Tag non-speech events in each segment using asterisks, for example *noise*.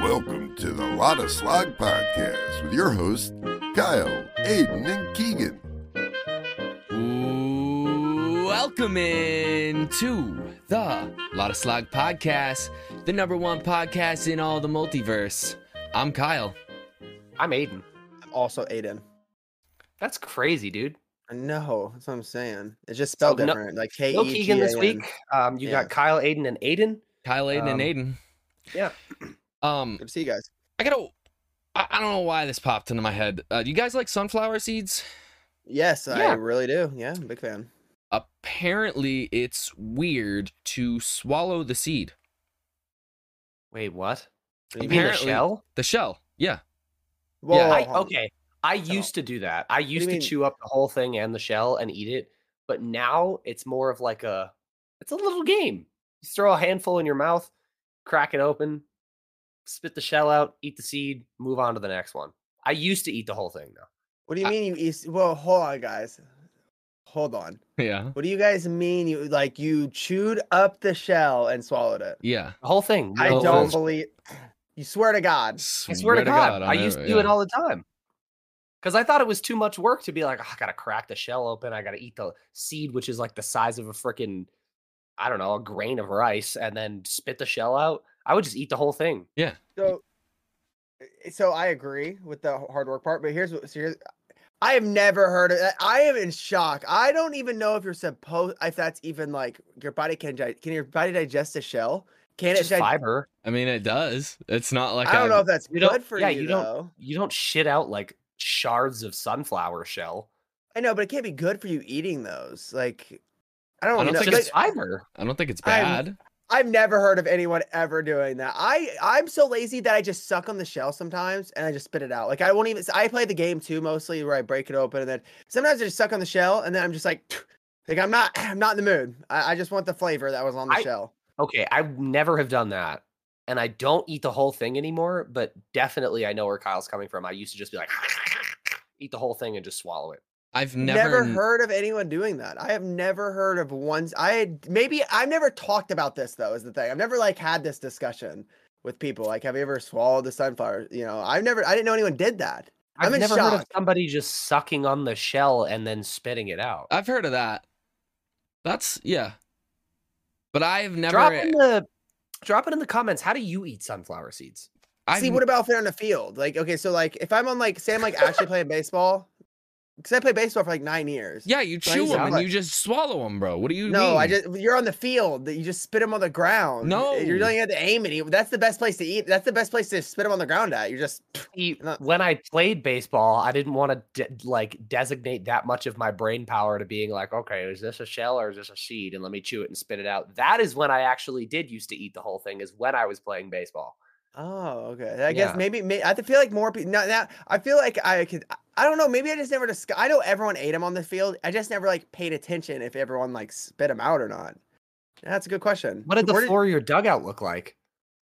Welcome to the Lot of Slog podcast with your hosts, Kyle, Aiden, and Keegan. Welcome in to the Lot of Slog podcast, the number one podcast in all the multiverse. I'm Kyle. I'm Aiden. I'm also Aiden. That's crazy, dude. I know. That's what I'm saying. It's just spelled So, no- different. Like K No E G Keegan this week. Um, you Yeah. got Kyle, Aiden, and Aiden. Kyle, Aiden, Um, and Yeah. Aiden. Um, Good to see you guys. I gotta. I, I don't know why this popped into my head. Uh, you guys like sunflower seeds? Yes, I Yeah. really do. Yeah, I'm a big fan. Apparently, it's weird to swallow the seed, Wait, what? What do You you mean the Apparently- shell? the shell. Yeah. Whoa, yeah, I, hold on. okay. I used to do that. I used you to mean? chew up the whole thing and the shell and eat it. But now it's more of like a, it's a little game. You throw a handful in your mouth, crack it open, spit the shell out, eat the seed, move on to the next one. I used to eat the whole thing though. What do you I- mean you eat? Well, hold on, guys. Hold on. Yeah. What do you guys mean? You like you chewed up the shell and swallowed it? Yeah. The whole thing. I No. no- don't believe. You swear to God. I swear to God, I used to do yeah. it all the time because I thought it was too much work to be like, "Oh, I gotta crack the shell open, I gotta eat the seed, which is like the size of a freaking, I don't know, a grain of rice, and then spit the shell out. I would just eat the whole thing. So, Eh, so I agree with the hard work part, but here's what. So here's, I have never heard of that. I am in shock. I don't even know if you're supposed, if that's even like your body can di- can your body digest a shell? Can It's it? just dig- fiber. I mean, it does. It's not like I don't I'm- know if that's You don't- good for yeah, you. you don't- though. You don't shit out like shards of sunflower shell. I know, but it can't be good for you eating those. Like, I I don't, don't know. It's think like, just fiber. I don't think it's I'm- bad. I've never heard of anyone ever doing that. I I'm so lazy that I just suck on the shell sometimes and I just spit it out. Like I won't even. I play the game too mostly where I break it open and then sometimes I just suck on the shell and then I'm just like, like I'm not *clears throat* I'm not in the mood. I, I just want the flavor that was on the I- shell. Okay, I would never have done that. And I don't eat the whole thing anymore, but definitely I know where Kyle's coming from. I used to just be like, *laughs* eat the whole thing and just swallow it. I've never, Never, heard of anyone doing that. I have never heard of ones. I had- maybe I've never talked about this though. Is the thing I've never like had this discussion with people. Like, have you ever swallowed the sunflower? You know, I've never. I didn't know anyone did that. I've I'm in never heard of shock. somebody just sucking on the shell and then spitting it out. I've heard of that. That's yeah. But I've never. drop in the drop it in the comments. How do you eat sunflower seeds? I've, See, what about if they're on the field? Like, okay, so like if I'm on like say I'm like actually playing baseball, because I played baseball for like nine years. yeah, you Like, chew yeah, them and like- you just swallow them, bro. What do you No, I mean? just you're on the field. That you just spit them on the ground. Eh, you're No. not have to aim any. That's the best place to eat. That's the best place to spit them on the ground at. You're just See, Not- When I played baseball, I didn't want to de- like designate that much of my brain power to being like, okay, is this a shell or is this a seed? And let me chew it and spit it out. That is when I actually did used to eat the whole thing. Is when I was playing baseball. Oh, okay. I guess Yeah. maybe, may I th- feel like more people. Now, now I feel like I could. I- I don't know. Maybe I just never. Disc- I know everyone ate them on the field. I just never like paid attention if everyone like spit them out or not. That's a good question. What did the Where floor of your dugout look like?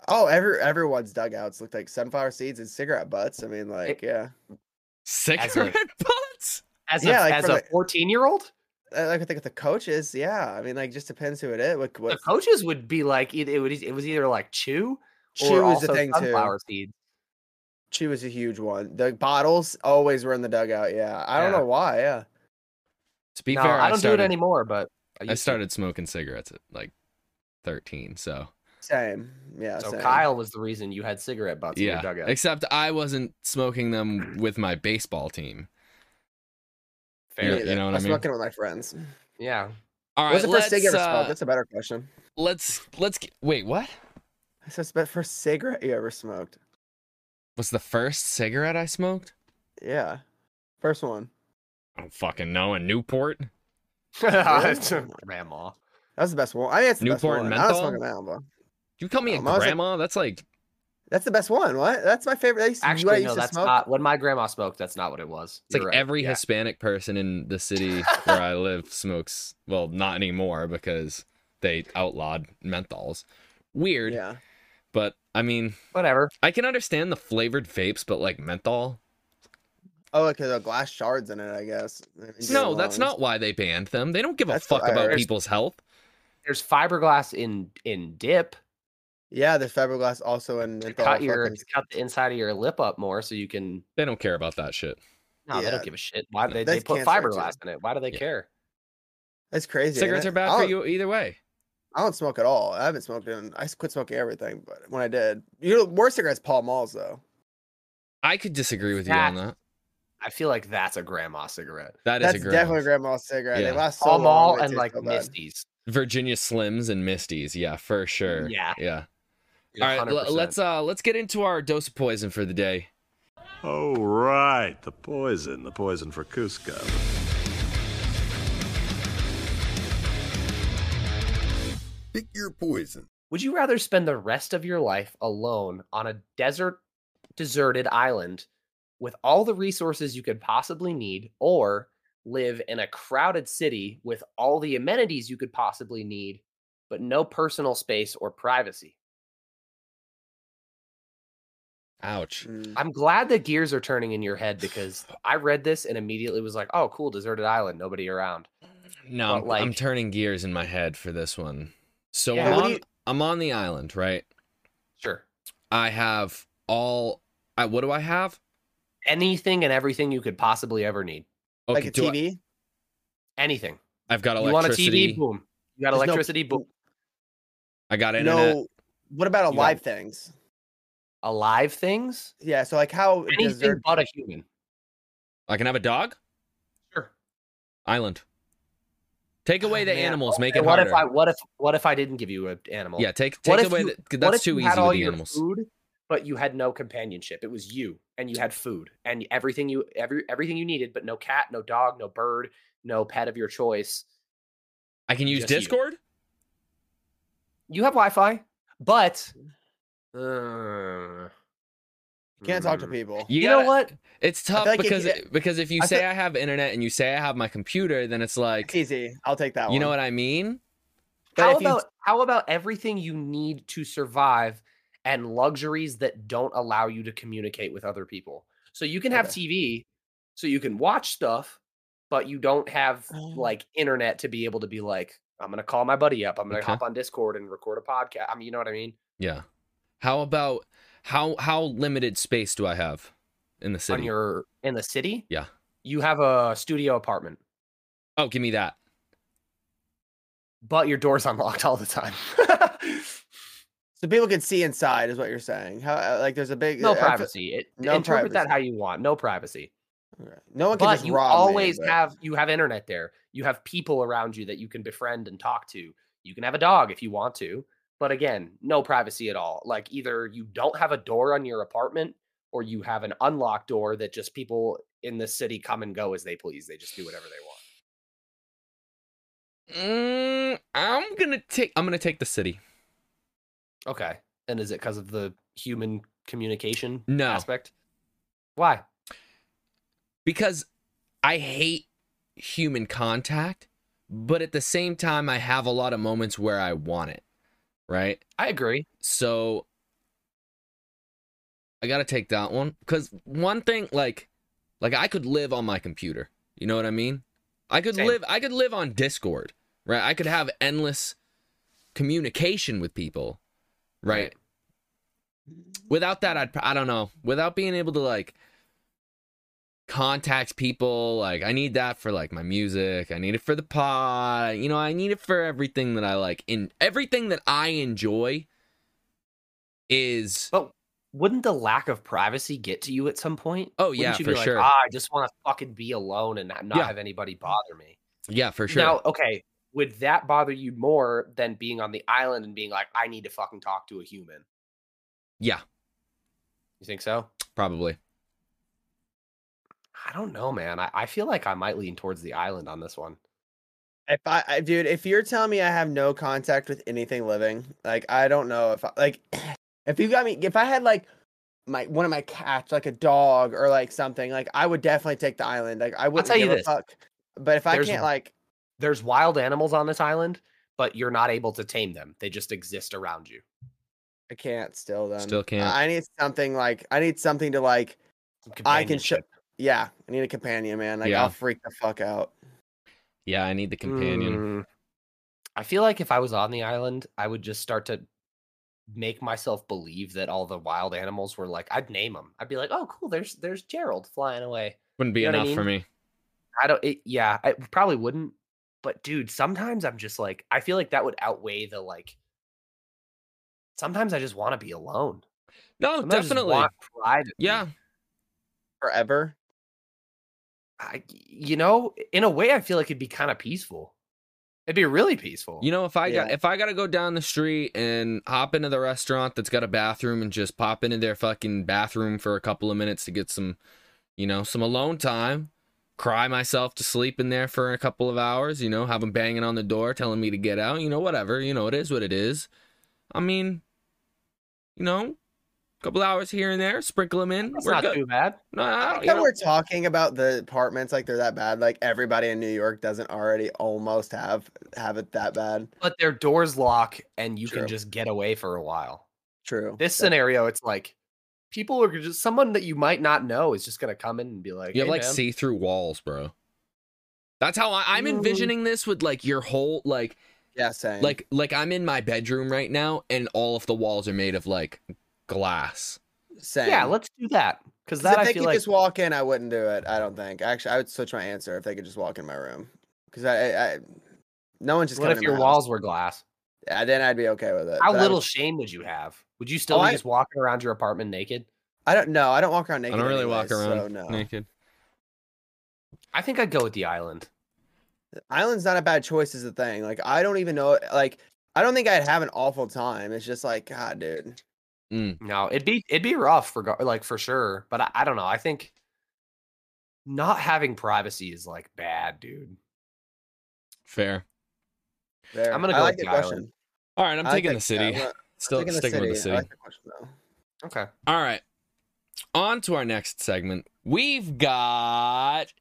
Oh, every everyone's dugouts looked like sunflower seeds and cigarette butts. I mean, like, yeah, as a- cigarette *laughs* butts? As Yeah, a like as from a the- fourteen year old, I, like I think with the coaches, yeah. I mean, like, just depends who it is. What, the what coaches would be like, it, it, would, it was either like chew or chew is also the thing sunflower seeds. too. Chew is a huge one. The bottles always were in the dugout. Yeah, I don't Yeah. know why. Yeah, To be no, fair, I don't started, do it anymore, but I used to. started smoking cigarettes at like thirteen. So same. Yeah. So same. Kyle was the reason you had cigarette butts in your yeah. dugout. Except I wasn't smoking them with my baseball team. Me You- Fair. you neither. know what I mean? smoking it with my friends. Yeah. All right, What's the first let's cig you ever smoked? uh, That's a better question. let's let's get- wait. What? I said, but first cigarette you ever smoked? Was the first cigarette I smoked? Yeah, first one. I don't fucking know. In Newport. It's a *laughs* Grandma. That's the best one. I mean, that's the best Newport one. and I don't menthol? smoke now, but You call me a Um, I was like- grandma? that's like that's the best one. What? That's my favorite. I used to, what I Actually, used no, to that's smoke. not when my grandma smoked. That's not what it was. It's like You're right. every Yeah. Hispanic person in the city where I live *laughs* smokes. Well, not anymore because they outlawed menthols. Weird, Yeah. but I mean, whatever. I can understand the flavored vapes, but like menthol. Oh, because the glass shards in it, I guess. in your No, that's lungs. not why they banned them. They don't give a That's what fuck I about heard. people's health. There's fiberglass in in dip. Yeah, there's fiberglass also in To menthol. cut your fucking- to cut the inside of your lip up more so you can. They don't care about that shit. No, they Yeah. don't give a shit. Why do they, they That's put cancer, too. fiberglass in it? Why do they Yeah. care? That's crazy. ain't Cigarettes it? Oh. are bad I for don't- you either way. I don't smoke at all. I haven't smoked in. I s- quit smoking everything, but when I did, you know, worst cigarettes, Paul Malls though. I could disagree with That- you on that. I feel like that's a grandma cigarette. That is That's a great definitely one. a grandma's cigarette. Yeah. They last so Pall long. Mall they and taste like so bad. Misty's. Virginia Slims and Misties. Yeah, for sure. Yeah. Yeah. Yeah, All right, l- 100%. let's uh let's get into our dose of poison for the day. Oh, right. The poison. The poison for Cusco. Pick your poison. Would you rather spend the rest of your life alone on a desert, deserted island with all the resources you could possibly need, or live in a crowded city with all the amenities you could possibly need, but no personal space or privacy? Ouch. Mm. I'm glad the gears are turning in your head because I read this and immediately was like, oh, cool, deserted island, nobody around. No, I'm, But, like- I'm turning gears in my head for this one. So Yeah. I'm, What do on, you- I'm on the island, right? Sure. I have all. I, what do I have? Anything and everything you could possibly ever need. Okay, like a do TV. Anything. Anything. I, have got You want a electricity. TV? Boom. You got There's no- electricity? boom. I got internet. no, what about You got- alive things? alive things? Yeah, so like how Anything desert but a human. I can have a dog. Sure. Island. Take away the man. animals. Make Okay, it what harder. if I what if what if I didn't give you an animal? yeah, take What take if away. you- the, What that's if too you easy had all with the your animals. food, but you had no companionship. It was you, and you had food and everything you every everything you needed, but no cat, no dog, no bird, no pet of your choice. I can use Just you. Discord. You have Wi-Fi, but uh, you can't talk to Mm. hmm. people. You, know gotta- what? It's tough feel like if because you- it- because if you I say feel- I have internet and you say I have my computer, then it's like It's easy. I'll take that one. you know what I mean. But how if you- about how about everything you need to survive and luxuries that don't allow you to communicate with other people so you can have Okay. tv so you can watch stuff but you don't have Oh. like internet to be able to be like i'm gonna call my buddy up i'm gonna Okay. hop on discord and record a podcast i mean you know what i mean Yeah. How about how how limited space do I have in the city? on your in the city Yeah. you have a studio apartment oh, give me that. but your door's *laughs* unlocked all the time So people can see inside is what you're saying. How uh, like there's a big no I feel- privacy it, No interpret that privacy. how you want no privacy Okay. No one can but just you rob me, always but- have you have internet there you have people around you that you can befriend and talk to you can have a dog if you want to but again no privacy at all like either you don't have a door on your apartment or you have an unlocked door that just people in the city come and go as they please they just do whatever they want Mm, I'm gonna take. I'm gonna take the city. okay and is it because of the human communication No. aspect why because I hate human contact, but at the same time, I have a lot of moments where I want it, right? i agree So I gotta take that one because one thing, like, like I could live on my computer. You know what I mean? I could Same. live. I could live on Discord, right? I could have endless communication with people, right? without that i'd i don't know without being able to like contact people like i need that for like my music i need it for the pod you know i need it for everything that i like in everything that i enjoy is But wouldn't the lack of privacy get to you at some point? Oh, Wouldn't yeah, you for be like, sure. Ah, I just want to fucking be alone and not not Yeah. have anybody bother me. yeah for sure Now, okay, would that bother you more than being on the island and being like, I need to fucking talk to a human? yeah You think so? probably I don't know, man. I, I feel like I might lean towards the island on this one. If I, I dude, if you're telling me I have no contact with anything living, like I don't know if I, like *clears throat* if you got me if I had like my one of my cats, like a dog or like something, like I would definitely take the island. Like I wouldn't tell you give a this. fuck. But if I There's can't a- like There's wild animals on this island, but you're not able to tame them. They just exist around you. I can't still then. Still can't. I I need something like I need something to like Some I can show companionship. yeah, I need a companion, man. Like Yeah. I'll freak the fuck out. yeah i need the companion Mm. I feel like if I was on the island, I would just start to make myself believe that all the wild animals were like I'd name them. I'd be like, "Oh, cool, there's there's Gerald flying away." Wouldn't be You know what I enough for me. I don't it, yeah, I probably wouldn't, but dude, sometimes I'm just like I feel like that would outweigh the like Sometimes I just want to be alone. No, Sometimes I just Oh, definitely. want privacy. Yeah. forever. I, you know, in a way I feel like it'd be kind of peaceful. It'd be really peaceful. You know, if I got Yeah. if I gotta go down the street and hop into the restaurant that's got a bathroom and just pop into their fucking bathroom for a couple of minutes to get some, you know, some alone time, cry myself to sleep in there for a couple of hours, you know, have them banging on the door telling me to get out, you know, whatever, you know, it is what it is. I mean, you know, a couple hours here and there, sprinkle them in. That's we're not good. too bad. No, I I don't, like you how know, we're talking about the apartments like they're that bad. Like everybody in New York doesn't already almost have have it that bad. But their doors lock and you True. can just get away for a while. True. This That's- scenario, it's like people are just someone that you might not know is just gonna come in and be like, You have "Hey, like man." see through walls, bro. That's how I, I'm Mm. envisioning this with like your whole like yeah, same. like like I'm in my bedroom right now and all of the walls are made of like glass. same. Yeah, let's do that. Because 'Cause that if I they feel could like just walk in, I wouldn't do it. I don't think. Actually, I would switch my answer if they could just walk in my room. Because I, I, I, no one's just. what coming if in your my house. walls were glass? Yeah, then I'd be okay with it. How but I little would- shame would you have? Would you still Oh, be I- just walking around your apartment naked? I don't know. I don't walk around I naked. don't really walk anyways, around So no. naked. I think I'd go with the island. Island's not a bad choice. Is the thing. Like I don't even know. Like I don't think I'd have an awful time. It's just like God, dude. No, it'd be it'd be rough for go- like for sure. But I, I don't know. I think not having privacy is like bad, dude. Fair. Fair. I'm gonna I go like with the the question. All right, I'm I like taking that- the city. yeah, I'm- I'm Still taking sticking with the city. I like that question, though. Okay. All right. On to our next segment. We've got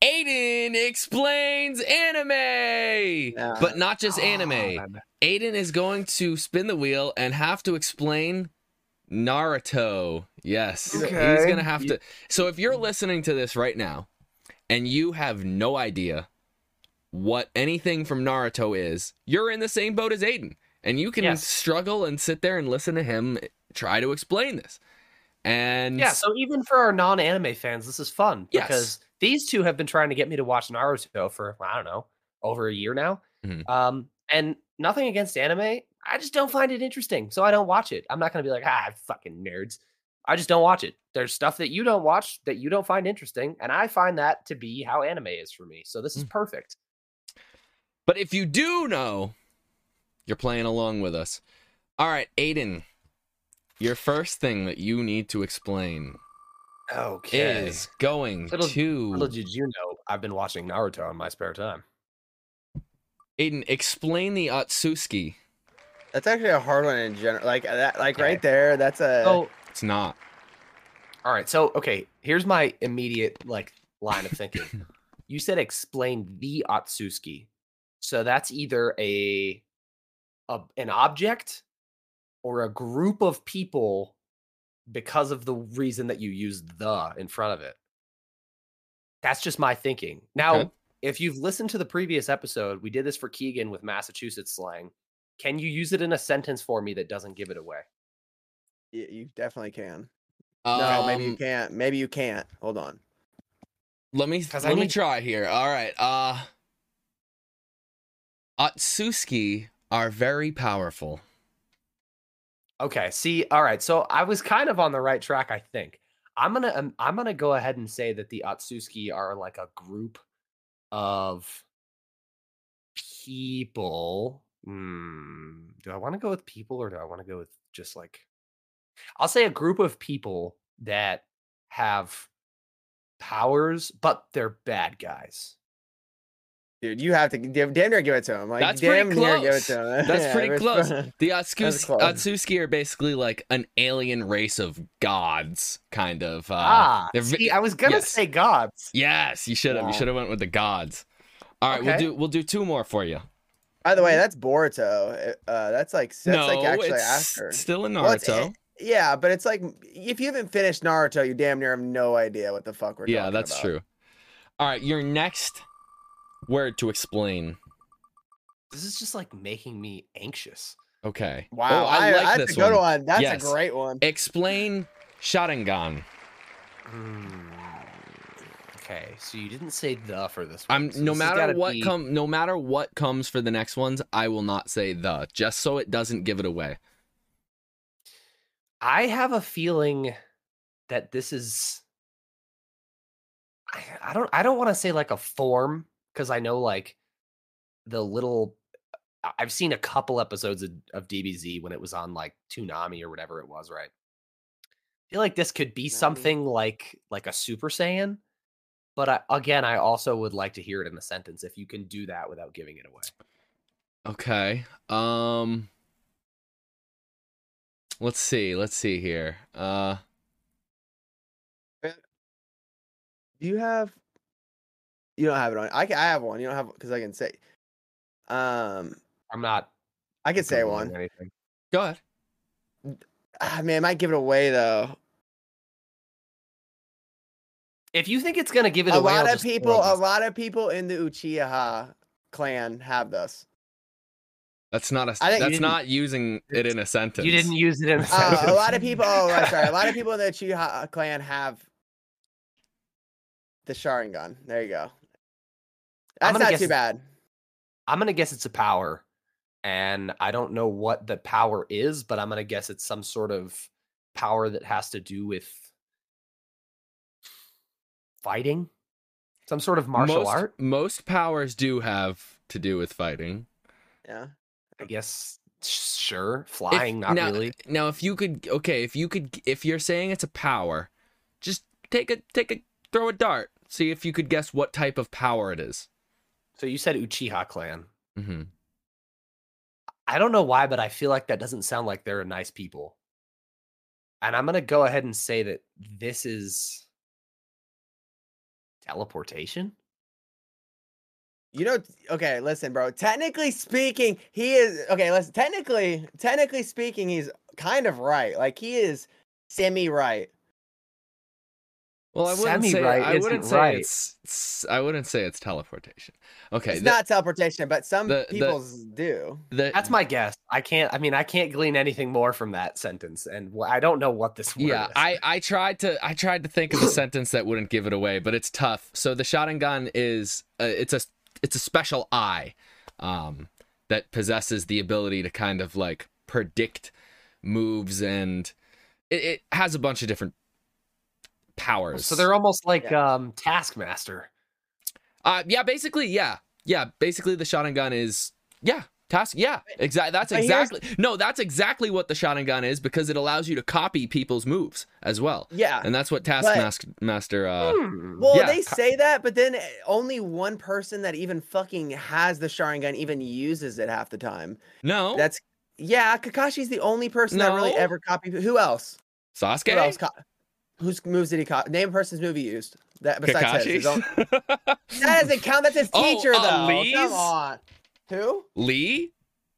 Aiden explains anime. Nah. But not just Ah, anime. God. Aiden is going to spin the wheel and have to explain Naruto. Yes. He's Okay. going to have to. So if you're listening to this right now and you have no idea what anything from Naruto is, you're in the same boat as Aiden. And you can Yes. struggle and sit there and listen to him try to explain this. And Yeah, so even for our non-anime fans, this is fun Yes. because these two have been trying to get me to watch Naruto for I don't know over a year now. Mhm. Um, and nothing against anime, I just don't find it interesting, so I don't watch it. I'm not gonna be like, ah, fucking nerds. I just don't watch it. There's stuff that you don't watch that you don't find interesting, and I find that to be how anime is for me. So this is perfect. But if you do know, you're playing along with us. All right, Aiden, your first thing that you need to explain Okay. is going Little- to Little did you know, I've been watching Naruto in my spare time. Aiden. Explain the Atsuski. That's actually a hard one in general. Like uh, that. Like Okay. right there. That's a. So It's not. All right. So, okay, here's my immediate like line of thinking. you said explain the Atsuski. So that's either a, a an object or a group of people because of the reason that you use the in front of it. That's just my thinking. Now, if you've listened to the previous episode, we did this for Keegan with Massachusetts slang. Can you use it in a sentence for me that doesn't give it away? You, you definitely can. no, maybe you Um, can't. Maybe you can't. Hold on. Let me 'Cause I let me need- try here. All right. Uh Atsuski are very powerful. Okay. See, all right. So I was kind of on the right track, I think. I'm gonna um, I'm gonna go ahead and say that the Atsuski are like a group of people. Hmm. Do I want to go with people or do I want to go with just like? I'll say a group of people that have powers, but they're bad guys. Dude, you have to g- damn damn near give it to him. Like That's damn pretty near give it close. to him. *laughs* That's Yeah, pretty it's close. fun. The Atsuski, close. Atsuski are basically like an alien race of gods, kind of. Uh, ah, they're ve- see, I was gonna yes. say gods. yes, you should have. You Yeah. should have went with the gods. All right, we'll Okay. do we'll do two more for you. *laughs* By the way, that's Boruto. Uh, that's like that's no, like actually it's after. still in Naruto. Well, it's- eh, Yeah, but it's like if you haven't finished Naruto, you damn near have no idea what the fuck we're yeah, talking that's about. true. All right, your next word to explain. This is just like making me anxious. Okay. Wow, Oh, I, I, like that's this a good one. one. That's Yes. a great one. Explain Sharingan. Hmm. Okay, so you didn't say the for this one. I'm so no this has matter gotta what be- come no matter what comes for the next ones, I will not say the just so it doesn't give it away. I have a feeling that this is. I, I don't. I don't want to say like a form because I know like the little. I- I've seen a couple episodes of, of DBZ when it was on like Toonami or whatever it was, right? I feel like this could be Mm-hmm. Toonami. something like like a Super Saiyan, but I, again, I also would like to hear it in a sentence if you can do that without giving it away. Okay. Um Let's see. Let's see here. Uh Do you have? You don't have it on. I can, I have one. You don't have because I can say. Um, I'm not. I can say Googling one. Anything. go ahead. Ah, man, I might give it away though. If you think it's gonna give it A away, I'll lot of just throw people, a this- lot of people in the Uchiha clan *laughs* have this. That's not a I think you that's didn't- not using it in a sentence. you didn't use it in a sentence. *laughs* Uh, a lot of people. Oh, I'm sorry. A lot of people in the Uchiha clan have the Sharingan. There you go. I'm That's gonna not guess too it's- bad. *laughs* I'm gonna guess it's a power, and I don't know what the power is, but I'm gonna guess it's some sort of power that has to do with fighting, some sort of martial most, art. Most powers do have to do with fighting. Yeah. I guess sure, If- flying, not now, really. Now, if you could, okay, if you could, if you're saying it's a power, just take a take a throw a dart, see if you could guess what type of power it is. So you said Uchiha clan. Mm-hmm. Mhm. I don't know why, but I feel like that doesn't sound like they're nice people. And I'm gonna go ahead and say that this is teleportation. You know, okay, listen, bro. Technically speaking, he is okay. Listen, technically, technically speaking, he's kind of right. Like he is semi right. Well, I wouldn't say Semi-right I wouldn't isn't say right. it's, it's- I wouldn't say it's teleportation. Okay, It's the- not teleportation, but some the- the- people's do. the- That's my guess. I can't. I mean, I can't glean anything more from that sentence, and wh- I don't know what this *laughs* word Yeah, is. I, I tried to I tried to think of a sentence that wouldn't give it away, but it's tough. So the shot and gun is uh, it's a it's a special eye um, that possesses the ability to kind of like predict moves and it, it has a bunch of different powers. so they're almost like Yeah. um Taskmaster. uh, yeah, basically yeah yeah basically the shot and gun is yeah. Task, yeah, exactly. That's but here's- exactly no. That's exactly what the shot and gun is because it allows you to copy people's moves as well, Yeah. and that's what Taskmaster. Uh, Hmm. Well, yeah, they ki- say that, but then eh, only one person that even fucking has the Sharingan even uses it half the time. No, That's yeah. Kakashi's the only person that really No. ever copied. Who else? Sasuke. Who else? Co- whose moves did he copy? Name a person's move he used. That besides his. his own- *laughs* That doesn't count. That's his Oh, teacher, uh, though. Lee's? Come on. Who? Lee,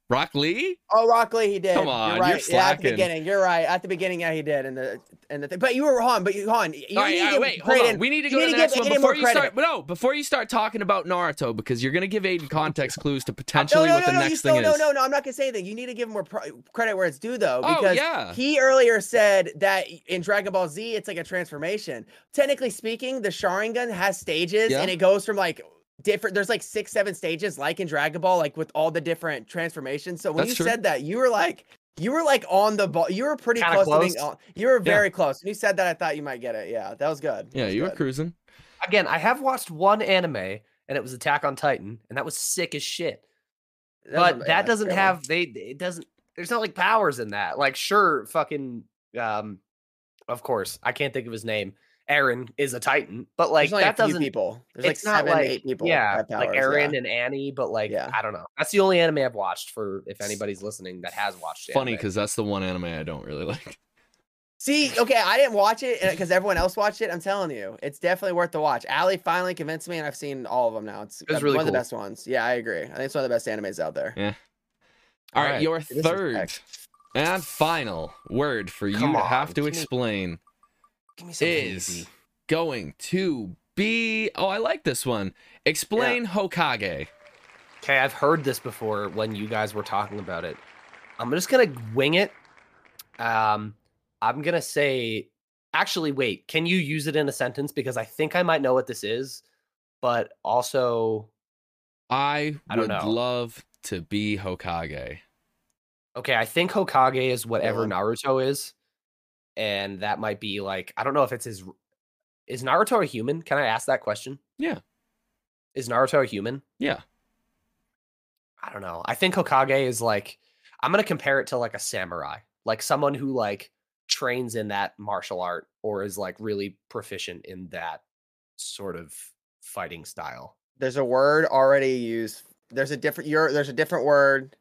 Rock Lee. Oh, Rockley, he did. Come on, you're you're right. yeah, at the slacking. beginning, you're right. At the beginning, yeah, he did. And the and the thing, but you were on. But you on. You All right, need all to right, give wait, hold on. Brayden- We need to you go to the give next one Aiden before more you start. No, before you start talking about Naruto, because you're gonna give *laughs* Aiden context clues to No, potentially no, what no, the no, you next still, thing no, is. no, no. I'm not gonna say that. You need to give him more pro- credit where it's due, though, Oh, because yeah. he earlier said that in Dragon Ball Z, it's like a transformation. Technically speaking, the Sharingan has stages, Yeah. and it goes from like different. There's like six, seven stages, like in Dragon Ball, like with all the different transformations. So when That's you true. said that, you were like, you were like on the ball. You were pretty Kinda close, to being close. on. You were very close. When you said that, I thought you might get it. Yeah, that was good. That Yeah, was you were good. cruising. Again, I have watched one anime, and it was Attack on Titan, and that was sick as shit. That was but a- yeah, that doesn't fair one. have they. It doesn't. There's not like powers in that. Like sure, fucking. Um, of course, I can't think of his name. Aaron is a Titan, but like There's only a that few doesn't. people. There's like it's not seven, like eight people. Yeah, that have like powers, Aaron yeah. and Annie, but like Yeah. I don't know. That's the only anime I've watched. For if anybody's listening that has watched, Funny anime. because that's the one anime I don't really *laughs* like. See, okay, I didn't watch it because everyone else watched it. I'm telling you, it's definitely worth the watch. Allie finally convinced me, and I've seen all of them now. It's, was uh, really one of the cool. best ones. Yeah, I agree. I think it's one of the best animes out there. Yeah. All right, Alright, your is third X. and final word for you Come to on, have to give me- explain give me is going to be. Oh, I like this one. Explain Hokage. Okay, I've heard this before when you guys were talking about it. I'm just gonna wing it. Um, I'm gonna say, actually, wait. Can you use it in a sentence? Because I think I might know what this is, but also, I, I would don't know. love to be Hokage. okay, I think Hokage is whatever Villain. Naruto is, and that might be like I don't know if it's his. Is Naruto a human? Can I ask that question? Yeah. Is Naruto a human? Yeah. I don't know. I think Hokage is like I'm gonna compare it to like a samurai, like someone who like trains in that martial art or is like really proficient in that sort of fighting style. There's a word already used. There's a different. You're there's a different word.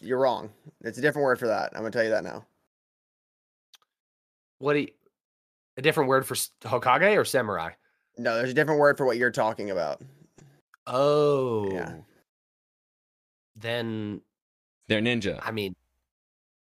You're wrong. It's a different word for that. I'm gonna tell you that now. What do you, a different word for s- Hokage or samurai? No, there's a different word for what you're talking about. Oh, Then They're ninja. I mean,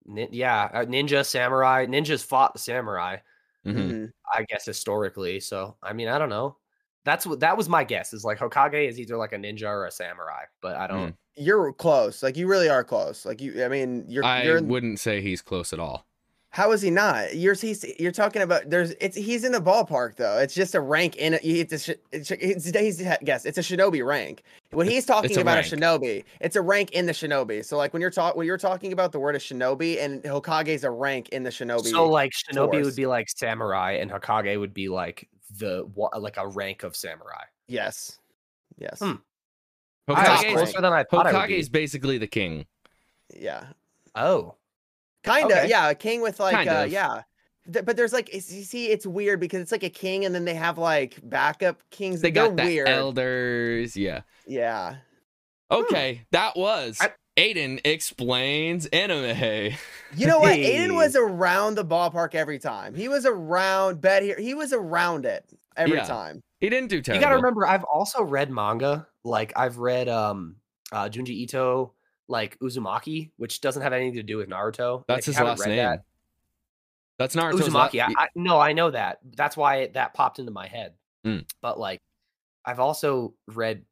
nin- yeah, uh, ninja samurai. Ninjas fought the samurai. Mm-hmm. Mhm. Mhm. I guess historically. So I mean, I don't know. That's what that was my guess. Is like Hokage is either like a ninja or a samurai, but Hmm, I don't. You're close. Like you really are close. Like you. I mean, you're. I you're wouldn't say he's close at all. how is he not? You're he's you're talking about. There's it's he's in the ballpark though. It's just a rank in it. It's a, sh- it's, a- it's, he's guess. It's a shinobi rank. When he's talking a about rank. a shinobi, it's a rank in the shinobi. So like when you're talking when you're talking about the word of shinobi and Hokage's a rank in the shinobi. So like Shinobi force. would be like samurai, and Hokage would be like the wa- like a rank of samurai. yes, yes, Hmm. I was Hokage's- Hokage, closer than I thought. I would Hokage be. is basically the king. yeah, Oh, kind of Okay. yeah. A king with like Kind uh, of. yeah. Th- But there's like it's- you see, it's weird because it's like a king, and then they have like backup kings. They got the They're weird. elders. Yeah. Yeah. Okay, that was Hmm. I- Aiden explains anime. You know what? Hey. Aiden was around the ballpark every time. He was around bet here. He was around it every Yeah. time. He didn't do terrible. you gotta remember, I've also read manga. Like I've read um uh Junji Ito, like Uzumaki, which doesn't have anything to do with Naruto. and if That's you his haven't last name. read that- That's Naruto's last. Uzumaki. I, I, no, I know that. That's why it, that popped into my head. Mm. But like, I've also read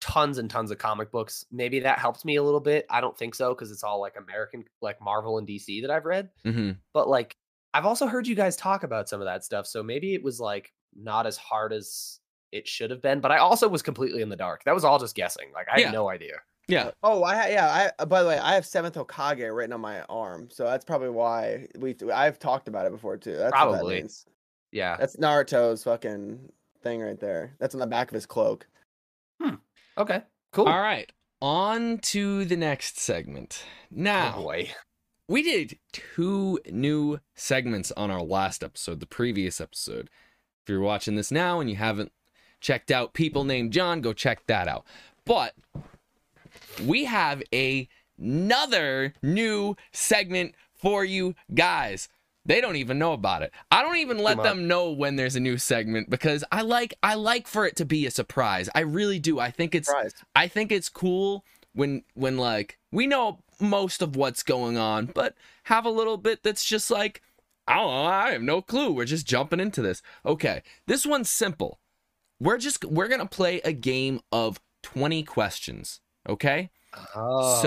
tons and tons of comic books. Maybe that helped me a little bit. I don't think so because it's all like American, like Marvel and DC that I've read. Mhm. But like, I've also heard you guys talk about some of that stuff. So maybe it was like not as hard as it should have been. But I also was completely in the dark. That was all just guessing. Like I Yeah. had no idea. Yeah, Oh, I ha- yeah. I by the way, I have seventh Hokage written on my arm, so that's probably why we. I've talked about it before too. That's probably. Probably. Yeah. That's Naruto's fucking thing right there. That's on the back of his cloak. Okay. Cool. All right, on to the next segment. Oh, Now, boy. we did two new segments on our last episode, the previous episode. If you're watching this now and you haven't checked out People Named John, go check that out. But we have a- another new segment for you guys. They don't even know about it. I don't even let Come on. them know when there's a new segment because I like I like for it to be a surprise. I really do. I think it's Surprise. I think it's cool when when like we know most of what's going on, but have a little bit that's just like I don't know, I have no clue. We're just jumping into this. Okay. This one's simple. We're just we're going to play a game of 20 questions, okay? Oh,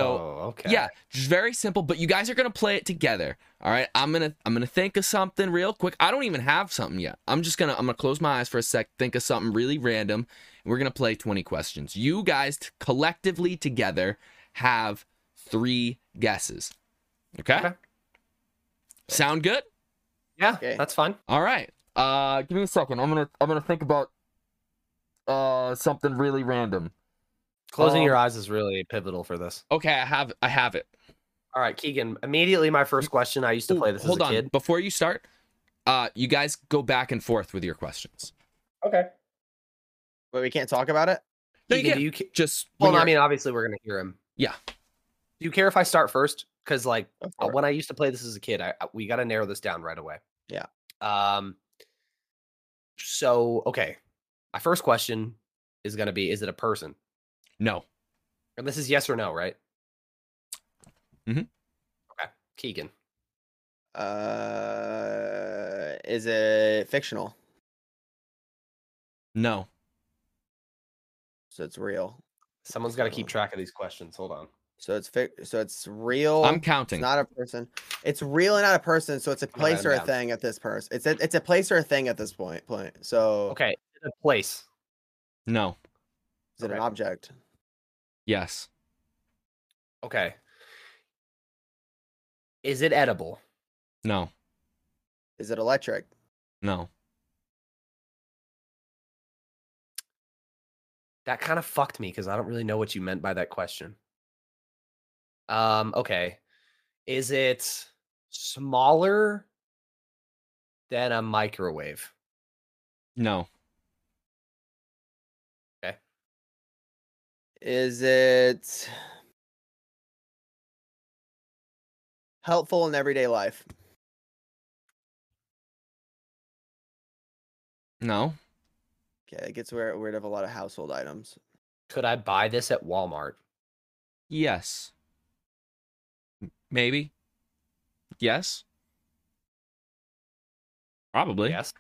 okay. Yeah, just very simple, but you guys are going to play it together. All right? I'm going to I'm going to think of something real quick. I don't even have something yet. I'm just going to I'm going to close my eyes for a sec, think of something really random, and we're going to play 20 questions. You guys t- collectively together have 3 guesses. Okay? Okay. Sound good? Yeah. Okay. That's fine. All right. Uh give me a second. I'm going to I'm going to think about uh something really random. Closing Um, your eyes is really pivotal for this. Okay, I have I have it. All right, Keegan. Immediately, my first question. I used to Ooh, play this hold as a on kid. before you start uh you guys go back and forth with your questions Okay. But we can't talk about it. No, you Keegan, can't. do you? ca- just when Well, no, I you're- mean, obviously, we're gonna hear him. Yeah. Do you care if I start first? Because like Go uh, for it. when I used to play this as a kid, I I- we got to narrow this down right away. Yeah. Um. So okay, my first question is gonna be: Is it a person? no And this is yes or no, right? Mhm. Okay, Keegan. Uh, is it fictional? no So it's real. Someone's got to keep track of these questions. Hold on. So it's fi- so it's real. I'm Oh, It's counting. not a person. It's real and not a person. So it's a place writing or a down. thing at this person. It's a, it's a place or a thing at this point. Point. So Okay, a place. no. is it an okay. object? Yes. Okay. Is it edible? No. Is it electric? No. That kind of fucked me because I don't really know what you meant by that question. Um, okay. Is it smaller than a microwave? No. Is it helpful in everyday life? No. Okay, it gets weird, weird of a lot of household items. Could I buy this at Walmart? Yes. M- Maybe. Yes. Probably. Yes.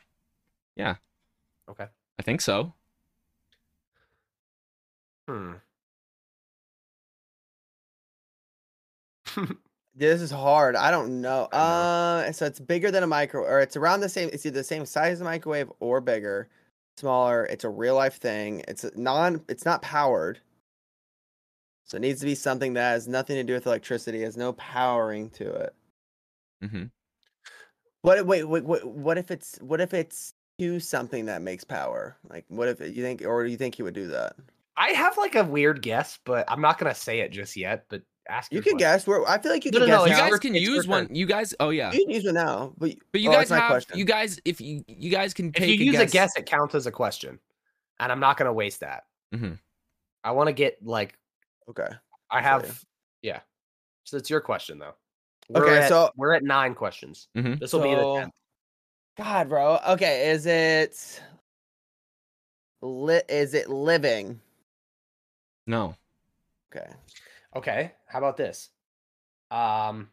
Yeah. Okay. I think so. Hmm. *laughs* This is hard. I don't know. I Uh, so it's bigger than a micro, or it's around the same. It's either the same size as a microwave or bigger, smaller. It's a real life thing. It's a non. It's not powered. So it needs to be something that has nothing to do with electricity. Has no powering to it. Mhm. What? Wait. Wait. What? What if it's? What if it's to something that makes power? Like, what if you think, or you think you would do that? I have like a weird guess, but I'm not gonna say it just yet. But ask You your can question. guess. Where I feel like you No, can no, no, guess. You Oh, it's now. guys your- can it's your use one. turn. You guys. Oh yeah. You can use one now, but But you oh, guys that's my have. question. You guys, if you you guys can If take you use guess. a guess, it counts as a question, and I'm not gonna waste that. Mhm. I want to get like okay. I feel you. have, yeah. So it's your question though. We're Okay, at- so- we're at nine questions. Mhm. This will be the So- 10th. God, bro. Okay, is it li- is it living? No. Okay. okay. How about this? Um,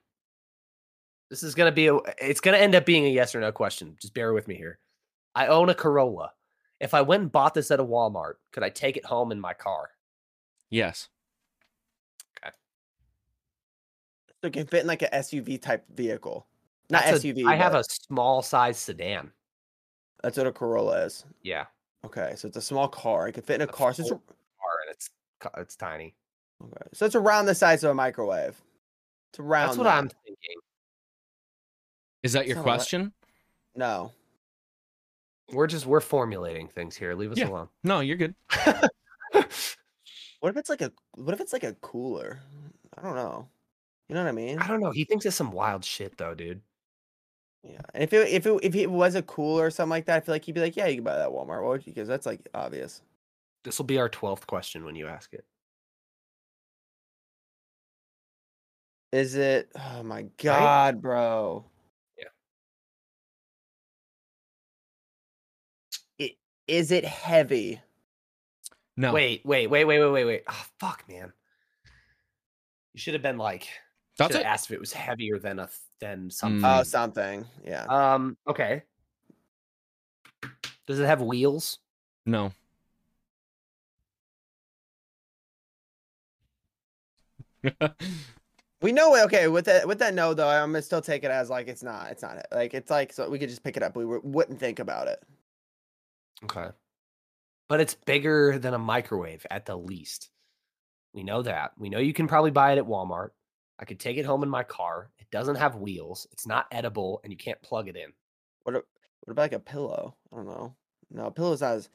this is gonna be a. It's gonna end up being a yes or no question. Just bear with me here. I own a Corolla. If I went and bought this at a Walmart, could I take it home in my car? Yes. So it can fit in like a SUV type vehicle. Not That's a- SUV. I have but a small size sedan. that's what a Corolla is. Yeah, Okay, so it's a small car. It can fit in a A car. So it's, full- car, and it's co- it's tiny. okay, so it's around the size of a microwave. It's around That's what that. I'm thinking. Is that your So what- question? No. We're just we're formulating things here. Leave us Yeah. *laughs* alone. No, you're good. What if it's like a what if it's like a cooler? I don't know. You know what I mean? I don't know. He thinks it's some wild shit though, dude. Yeah, and if it if it if it was a cooler or something like that, I feel like you'd be like, yeah, you can buy that at Walmart, would you? Because that's like obvious. This will be our twelfth question when you ask it. Is it? Oh my god, bro! Yeah. It is it heavy? No. Wait, wait, wait, wait, wait, wait, wait. Oh fuck, man. You should have been like That's should it. have asked if it was heavier than a th- than something. Oh, Mm. something. Yeah. Um, okay. Does it have wheels? *laughs* No. We know it. Okay, with that with that no though, I'm gonna still take it as like it's not. It's not it. like it's like so we could just pick it up. We wou- wouldn't think about it. Okay. But it's bigger than a microwave at the least. We know that. We know you can probably buy it at Walmart. I could take it home in my car. It doesn't have wheels. It's not edible and you can't plug it in. What a- what about like a pillow? I don't know. No, pillow's not as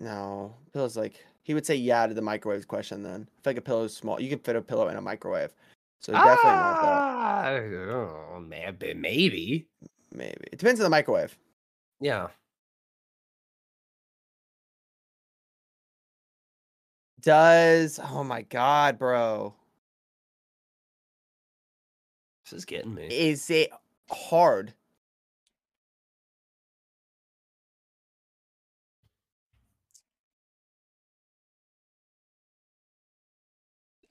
no. Pillow's like he would say yeah to the microwave question then. I feel like a pillow's small. You could fit a pillow in a microwave. So definitely not that. ah, oh, maybe, maybe. Maybe. It depends on the microwave. Yeah. Does oh my god, bro. This is getting me. Is it hard?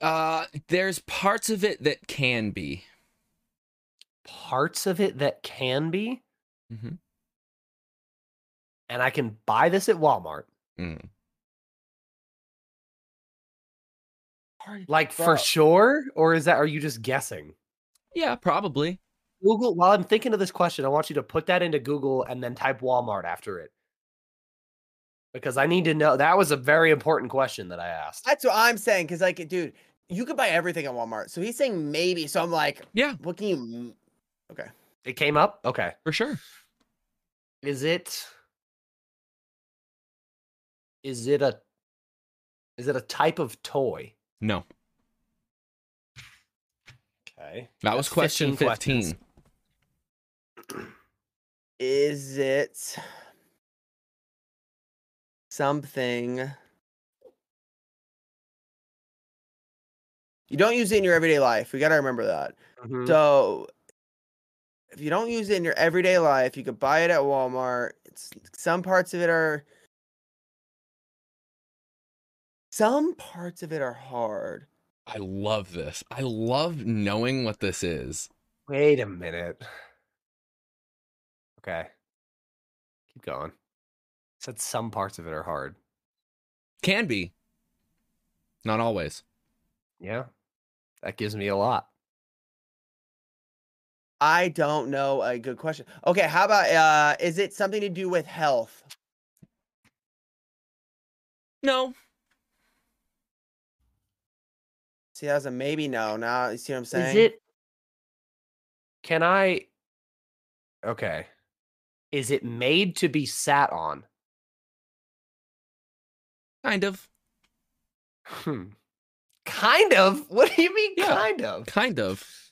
uh, there's parts of it that can be. Parts of it that can be. Mm-hmm. Mhm. And I can buy this at Walmart. Mm. hard. Like for Bro. sure, or is that are you just guessing? Yeah, probably. Google. While I'm thinking of this question, I want you to put that into Google and then type Walmart after it, because I need to know. That was a very important question that I asked. That's what I'm saying. Cause like, dude, you could buy everything at Walmart. So he's saying maybe. So I'm like, Yeah. What can you? m- It came up. Okay, For sure. is it? Is it a? Is it a type of toy? No. Okay. That was That's question 15 15. questions. Is it something you don't use it in your everyday life? We gotta remember that. Mhm. So if you don't use it in your everyday life, you could buy it at Walmart. It's some parts of it are some parts of it are hard. I love this. I love knowing what this is. Wait a minute. Okay. Keep going. Said some parts of it are hard. Can be. Not always. Yeah. That gives me a lot. I don't know a good question. Okay, how about uh is it something to do with health? No. See, that was a maybe no. Now you see what I'm saying? Is it? Can I? Okay. Is it made to be sat on? Kind of. Hmm. Kind of. What do you mean? Yeah. Kind of. Kind of.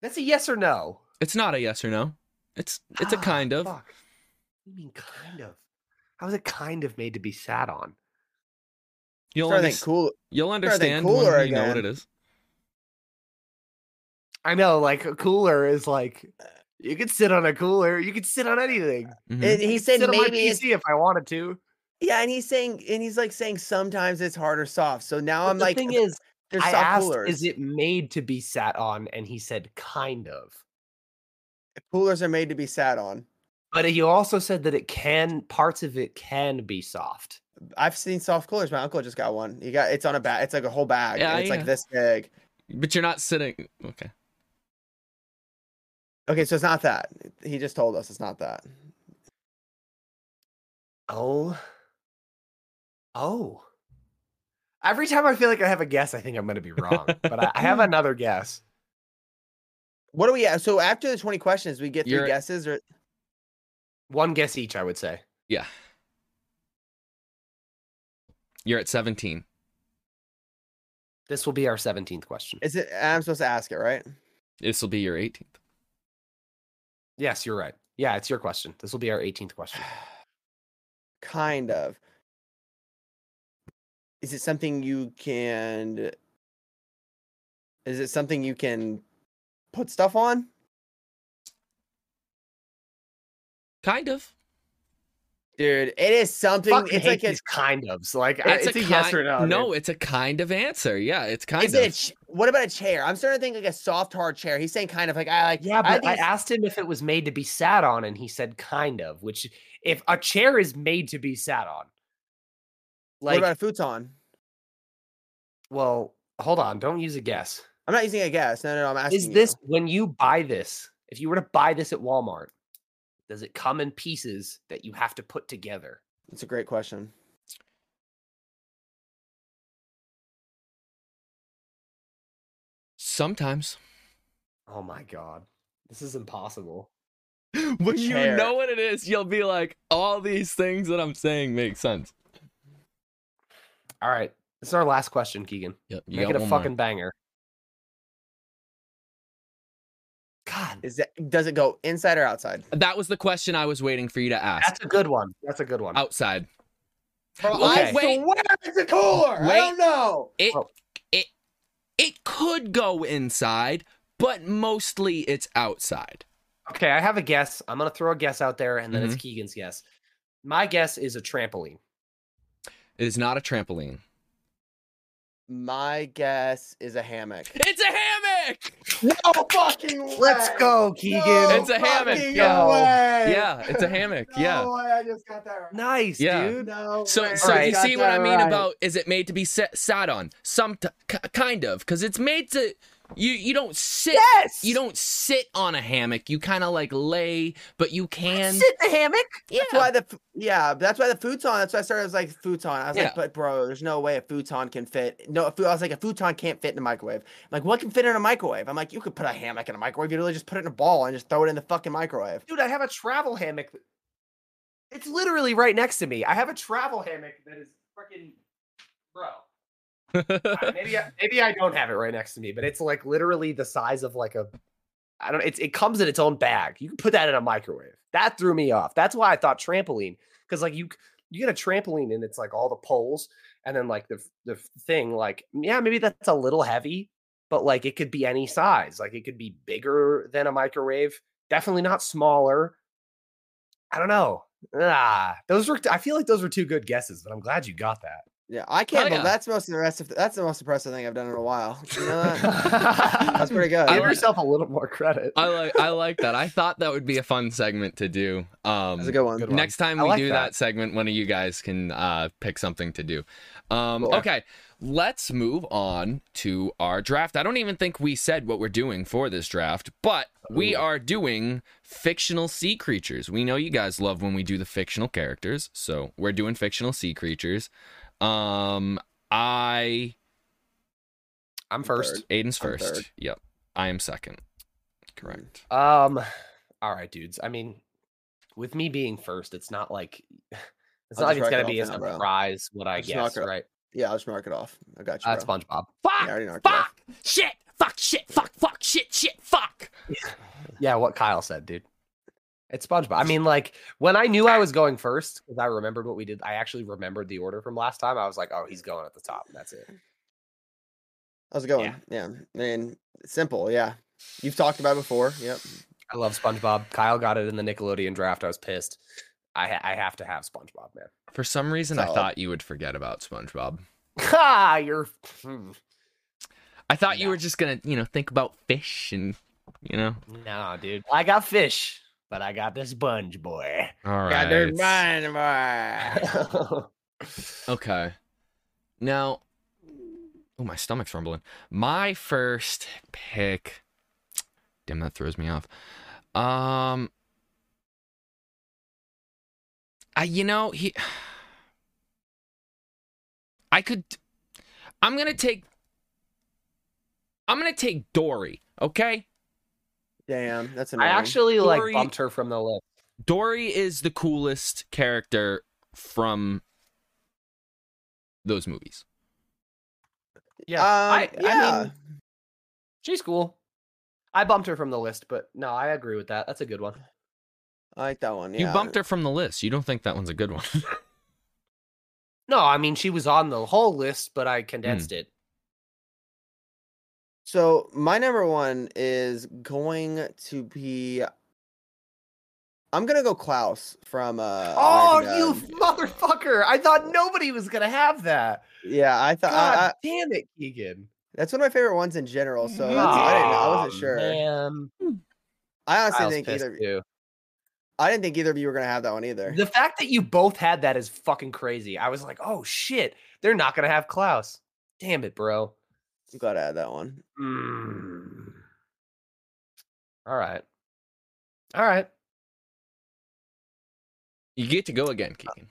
That's a yes or no. It's not a yes or no. It's it's a Ah, kind of. fuck. What do you mean kind of? How is it kind of made to be sat on? You'll Starting to think underst- cool. you'll to think understand cooler when you know what again. it is. I know, like a cooler is like uh, you could sit on a cooler, you could sit on anything. Mhm. And he's saying sit on my maybe it's, PC if I wanted to. yeah, and he's saying and he's like saying sometimes it's hard or soft. So now But I'm the like thing is, there's I soft asked, coolers. is it made to be sat on? And he said, kind of. coolers are made to be sat on. But you also said that it can parts of it can be soft. I've seen soft coolers. My uncle just got one. You got it's on a bag. It's like a whole bag. Yeah, and it's yeah. like this big. But you're not sitting. Okay. Okay, so it's not that. He just told us it's not that. Oh. Oh. Every time I feel like I have a guess, I think I'm gonna be wrong. but I, I *laughs* have another guess. What do we at? So after the 20 questions, we get 3 You're- guesses or One guess each, I would say. Yeah. You're at 17. This will be our 17th question. is it I'm supposed to ask it, right? This will be your 18th. Yes, you're right. Yeah, it's your question. This will be our 18th *sighs* question. Kind of. Is it something you can Is it something you can put stuff on? Kind of. Dude, it is something. Fucking it's hate like a, these kind of. Like I- Uh, it's, a, yes ki- or no. No, dude. it's a kind of answer. Yeah, it's kind is of. it a ch- what about a chair? I'm starting to think like a soft hard chair. He's saying kind of like I like yeah, but think I, it's- asked him if it was made to be sat on, and he said kind of. Which, if a chair is made to be sat on, what like, about a futon? well, hold on, don't use a guess. I'm not using a guess. No, no, no I'm asking. Is you. this when you buy this? If you were to buy this at Walmart, does it come in pieces that you have to put together? It's a great question. *gasps* Sometimes. Oh my god, this is impossible. When you Chair. know what it is, you'll be like, all these things that I'm saying make sense. All right, this is our last question, Keegan. Yep. Make it a fucking banger. God, Is that does it go inside or outside? That was the question I was waiting for you to ask. that's a good one. Oh, That's a good one. Outside. I wait. swear it's a cooler. Wait. don't know. It Oh. it it could go inside, but mostly it's outside. Okay, I have a guess. I'm gonna throw a guess out there, and then it's Keegan's guess. My guess is a trampoline. It is not a trampoline. My guess is a hammock. It's a dick. No fucking way. Let's go, Keegan. No It's a hammock, fucking yeah. way. Yeah, it's a hammock. No yeah. way, I just got that right. Nice, Yeah. dude. No So, way, so I you got see what I that mean right. about is it made to be set, sat on? Some t- k- kind of, because it's made to you. You don't sit. Yes. You don't sit on a hammock. You kind of like lay, but you can. *laughs* Sit in the hammock. Yeah. That's why the f- yeah, that's why the futon. That's why I started I was like futon. I was Yeah. like, but bro, there's no way a futon can fit. No, a fu- I was like a futon can't fit in a microwave. I'm like what can fit in a microwave? I'm like you could put a hammock in a microwave. You literally just put it in a ball and just throw it in the fucking microwave. Dude, I have a travel hammock. It's literally right next to me. I have a travel hammock that is freaking *laughs* bro. I- Uh, maybe I, maybe I don't have it right next to me, but it's like literally the size of like a I don't it's it comes in its own bag. You can put that in a microwave. That threw me off. That's why I thought trampoline cuz like you c- you get a trampoline and it's like all the poles and then like the f- the f- thing like yeah, maybe that's a little heavy, but like it could be any size. Like it could be bigger than a microwave, definitely not smaller. I don't know. Ah, those were I feel like those were two good guesses, but I'm glad you got that. Yeah, I can't. Oh, believe yeah. That's most of the rest of that's the most impressive thing I've done in a while. You know *laughs* that? that's That's pretty good. I Give like- yourself a little more credit. I like. I like that. I thought that would be a fun segment to do. Um, That's a good one. Good one. Next time I we like do that. that. segment, one of you guys can uh, pick something to do. Um, Cool. Okay, let's move on to our draft. I don't even think we said what we're doing for this draft, but we Ooh. are doing fictional sea creatures. We know you guys love when we do the fictional characters, so we're doing fictional sea creatures. Um, I I'm first. Aiden's I'm 1st third. Yep, I am second. Correct. Um, all right, dudes. I mean, with me being first, it's not like it's I'll not like just it's gonna write it be a off now, bro. surprise what I I'll just knock guess, it- right? Yeah, I'll just mark it off. I got you. That's bro. *laughs* SpongeBob. Yeah, I Fuck! already knocked it off. Fuck! Shit! Fuck! Shit! Fuck! Fuck! Shit! Shit! Fuck! Yeah, what Kyle said, dude. It's SpongeBob. I mean, like when I knew I was going first, because I remembered what we did. I actually remembered the order from last time. I was like, oh, he's going at the top. and That's it. How's it going? Yeah. I mean, simple. Yeah. You've talked about it before. Yep. I love SpongeBob. Kyle got it in the Nickelodeon draft. I was pissed. I ha- I have to have SpongeBob, man. *laughs* For some reason, I Solid. thought you would forget about SpongeBob. Ha! You're. hmm. I thought you No. were just gonna, you know, think about fish and, you know. No, dude. I got fish, but I got this sponge boy. *laughs* All right. Yeah, dude, mine, mine. Okay. Now, oh, my stomach's rumbling. My first pick. Damn, that throws me off. Um, I, you know, he. *sighs* I could. I'm gonna take. I'm gonna take Dory. Okay. Damn, that's I annoying. actually like Dory- bumped her from the list. Dory is the coolest character from those movies. Yeah, Um, I, I yeah. mean, she's cool. I bumped her from the list, but no, I agree with that. That's a good one. I like that one. You bumped her from the list. You don't think that one's a good one. No, I mean she was on the whole list, but Hmm. I condensed it. So my number one is going to be. I'm gonna go Klaus from. Uh, Oh, American Dad. motherfucker! I thought nobody was gonna have that. Yeah, I thought I, I, damn it, Keegan. that's one of my favorite ones in general. uh, So Mm-hmm. that's, I didn't. know. I wasn't Aw, sure. man. I honestly Kyle's think pissed, either. too. I didn't think either of you were gonna have that one either. The fact that you both had that is fucking crazy. I was like, oh shit, they're not gonna have Klaus. Damn it, bro. I'm glad I had that one. Hmm. Mm. All right. All right. you get to go again, Keegan.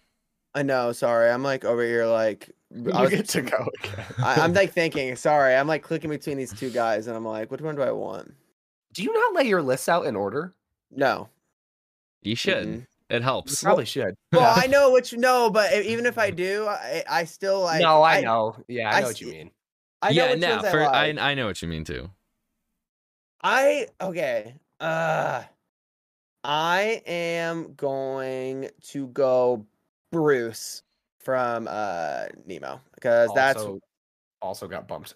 I know. Sorry, I'm like over here like. I was, to go. I, I'm like thinking. Sorry, I'm like clicking between these two guys, and I'm like, which one do I want? *laughs* Do you not lay your lists out in order? No. You should. Mm-mm. It You helps. probably should. *laughs* *laughs* Well, I know what you know, but e- even if I do, I, I still like. no, I, know. Yeah, I, I know what you see- mean. I know yeah, which no, ones I for- I, like. I know what you mean too. I okay. Uh I am going to go Bruce from uh Nemo because that's Also- also got bumped.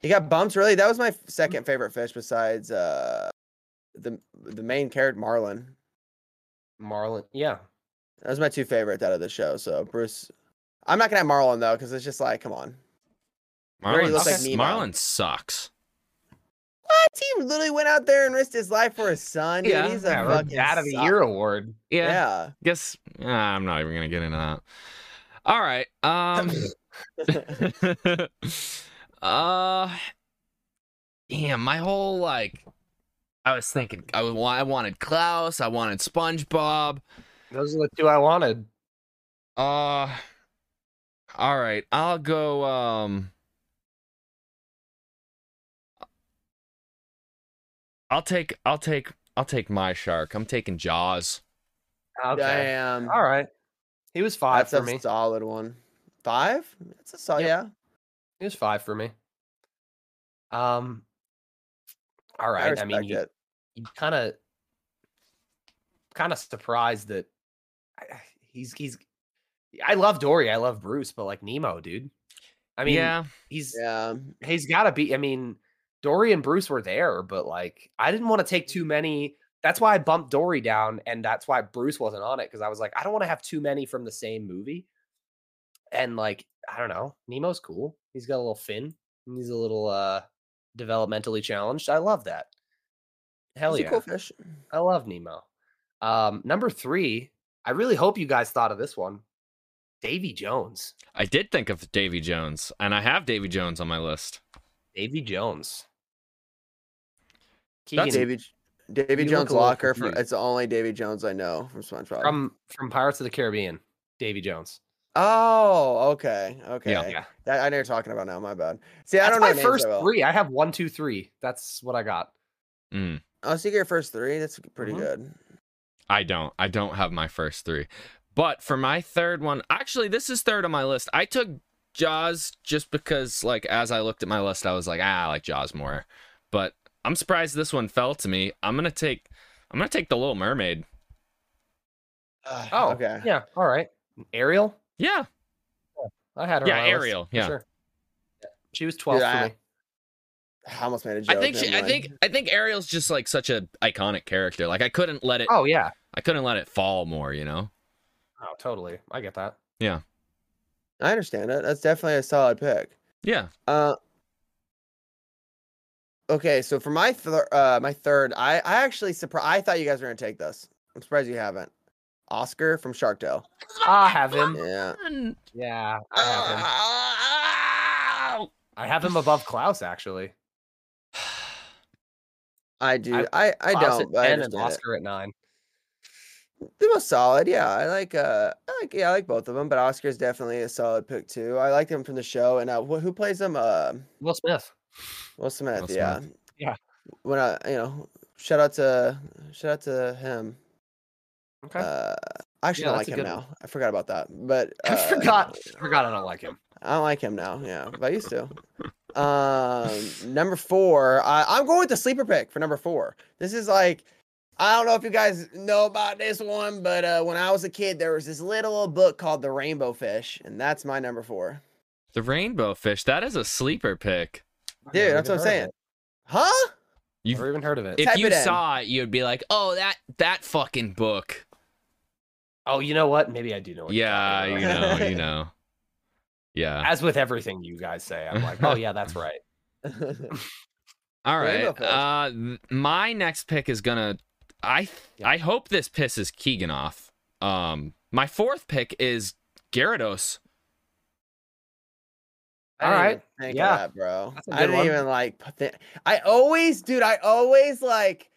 he got bumped really. That was my Mm. f- second favorite fish besides uh the the main character Marlin. Marlin. Yeah. That was my two favorites out of the show. So Bruce, I'm not gonna have Marlin though because it's just like come on. already Marlin, look like s- Nemo. Marlin sucks. What? He literally went out there and risked his life for his son. Dude. Yeah. He's a Yeah, or fucking Dad of the suck. Year award. Yeah. Yeah. Guess ah, I'm not even gonna get into that. All right. Um *laughs* uh damn my whole like i was thinking I, wa- I wanted klaus i wanted spongebob Those are the two I wanted. uh all right i'll go um i'll take i'll take i'll take my shark i'm taking jaws Okay. Damn. All right. He was five That's for a me. solid one. Five? That's a solid. Yep. Yeah. He was five for me. Um. All I right. I, respect mean, you it. kind of, kind of surprised that I- I- he's he's. I love Dory. I love Bruce, but like Nemo, dude. I mean, yeah he's Yeah. he's got to be. I mean, Dory and Bruce were there, but like, I didn't want to take too many. That's why I bumped Dory down, and that's why Bruce wasn't on it because I was like, I don't want to have too many from the same movie. And like, I don't know, Nemo's cool. He's got a little fin. and He's a little uh developmentally challenged. I love that. Hell He's yeah, a cool fish. I love Nemo. Um, number three, I really hope you guys thought of this one, Davy Jones. i did think of davy jones and i have davy jones on my list Davy Jones. That's- Keegan- Davy Davy you look Jones a little Locker. For, confused. it's the only Davy Jones I know from SpongeBob. from from Pirates of the Caribbean, Davy Jones. oh, okay. Okay. Yeah. Yeah, That, I know you're talking about now. My bad. See, I that's don't know my names first that well. three. I have one, two, three. That's what I got. mm. Oh, so you get your first three. That's pretty Mhm. good. I don't. I don't have my first three. But for my third one, actually, this is third on my list. I took Jaws just because, like, as I looked at my list, I was like, ah, I like Jaws more. But I'm surprised this one fell to me. I'm gonna take. I'm gonna take the Little Mermaid. Oh, *sighs* okay. Yeah, all right. Ariel, Yeah, I had her. Yeah, on my list, Ariel, for yeah. sure. she was twelve I- for me. I almost made a I joke. think. She, never I mind. think. I think Ariel's just like such a iconic character. Like I couldn't let it. Oh yeah, I couldn't let it fall more. You know. oh totally. I get that. I understand it. That's definitely a solid pick. Yeah. Uh, okay, so for my thir- uh, my third, I I actually surprised. I thought you guys were gonna take this. I'm surprised you haven't. Oscar from Shark Tale. I have him. Yeah. Yeah, I have him. Ow. I have him above Klaus actually. I do. I I, Klaus don't. at But I ten and understand it. Oscar at nine. They're both solid. Yeah, I like. Uh, I like. Yeah, I like both of them. But Oscar's definitely a solid pick too. I like him from the show. And uh, wh- who plays him? Uh, Will Smith. Will Smith. Will yeah. Yeah. When I, you know, shout out to shout out to him. Okay. Uh, I actually Yeah, don't that's like a him good now. one. I forgot about that. But *laughs* I uh, forgot. Forgot I don't like him. I don't like him now. Yeah, but I used to. Um, number four, I, I'm going with the sleeper pick for number four. This is like, I don't know if you guys know about this one, but uh, when I was a kid, there was this little old book called The Rainbow Fish, and that's my number four. The rainbow fish. That is a sleeper pick. I've Dude, never that's even what I'm heard of saying. it. Huh? You've Never even heard of it. if Type you it in. saw it, you'd be like, "Oh, that that fucking book." Oh, you know what? Maybe I do know. What you're yeah, talking you about. know, you know. *laughs* Yeah. *laughs* As with everything you guys say, I'm like, oh yeah, that's right. All right. Rainbow Fish. Uh, th- my next pick is gonna. I th- I hope this pisses Keegan off. Um, my fourth pick is Gyarados. I All didn't right. even think of Yeah. that, bro. That's a I good didn't one. even like. put the- I always, dude. I always like,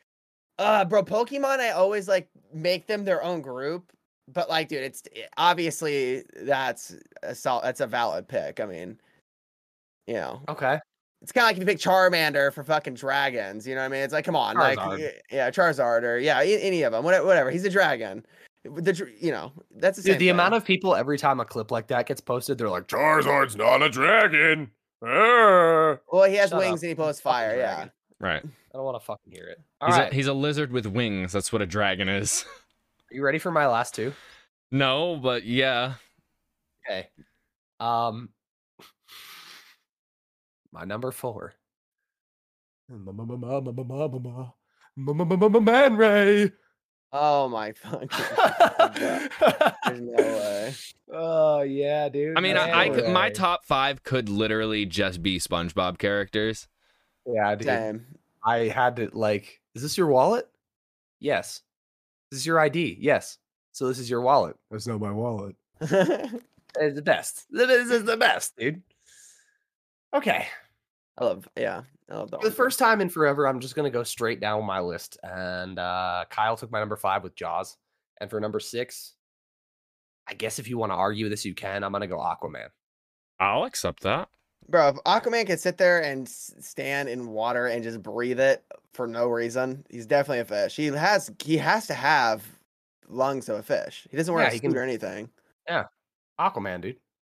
uh, bro. Pokemon. I always like make them their own group. But like, dude, it's it- obviously that's a sol- That's a valid pick. I mean, you know, *laughs* Okay. it's kind of like if you pick Charmander for fucking dragons. You know what I mean? It's like, come on, like, Charizard. y- yeah, Charizard or yeah, a- any of them, whatever. whatever. He's a dragon. The dr- you know that's the Dude, same the amount thing. of people every time a clip like that gets posted, they're like, "Jar." Charizard's not a dragon. Arr. well, he has Shut up. wings and he blows Fucking fire. Yeah. dragon. Right. I don't want to fucking hear it. All He's right, a, he's a lizard with wings. That's what a dragon is. *laughs* you ready for my last two? no, but yeah. Okay. Um, my number four. *laughs* Man Ray. Oh my *laughs* fucking. *laughs* There's no way. Oh yeah, dude. I mean, I, I could, Man my Ray. top five could literally just be SpongeBob characters. Yeah, dude. Damn. I had to like, is this your wallet? Yes. Is this your ID? Yes. So this is your wallet. That's not my wallet. I It's the best. This is the best, dude. Okay. love, yeah, *laughs* I love that For one. the first time in forever, I'm just gonna go straight down my list. And uh, Kyle took my number five with Jaws. And for number six, I guess if you want to argue this, you can. I'm gonna go Aquaman. I'll accept that. bro. If Aquaman could sit there and s- stand in water and just breathe it for no reason, he's definitely a fish. He has he has to have lungs of a fish. He doesn't wear Yeah, a he suit can- or anything. Aquaman, dude.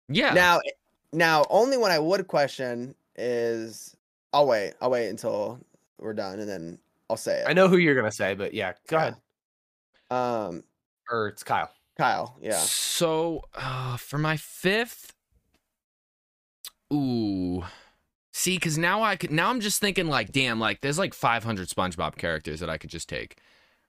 Yeah. Now, eh, now, only one I would question is I'll wait. I'll wait until we're done and then I'll say it. I know who you're gonna say, but yeah, go Yeah. ahead. Um, Or it's Kyle. Kyle. Yeah. So uh, for my fifth, ooh, see, because now I could now I'm just thinking like, damn, like there's like 500 SpongeBob characters that I could just take,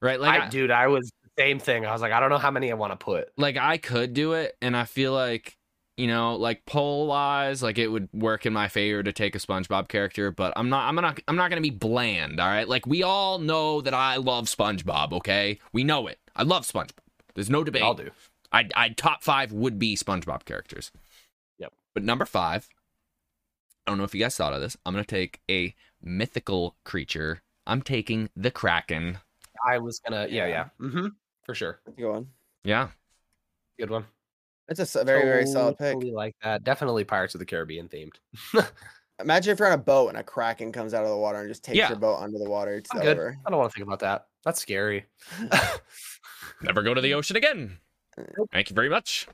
right? Like, I, dude, I was same thing. I was like, I don't know how many I want to put. like I could do it, and I feel like you know, like poll wise, like it would work in my favor to take a SpongeBob character, but I'm not, I'm not, I'm not gonna be bland, all right? Like we all know that I love SpongeBob, okay? We know it. I love SpongeBob. There's no debate. I'll do. I I top five would be SpongeBob characters. Yep. But number five, I don't know if you guys thought of this. I'm gonna take a mythical creature. I'm taking the Kraken. I was gonna, yeah, yeah, hmm for sure. Go on. Yeah. Good one. It's a s- very, very solid pick. Totally like that. Definitely Pirates of the Caribbean themed. Imagine if you're on a boat and a kraken comes out of the water and just takes Yeah. your boat under the water. It's I'm good. over. I don't want to think about that. That's scary. Never go to the ocean again. Thank you very much.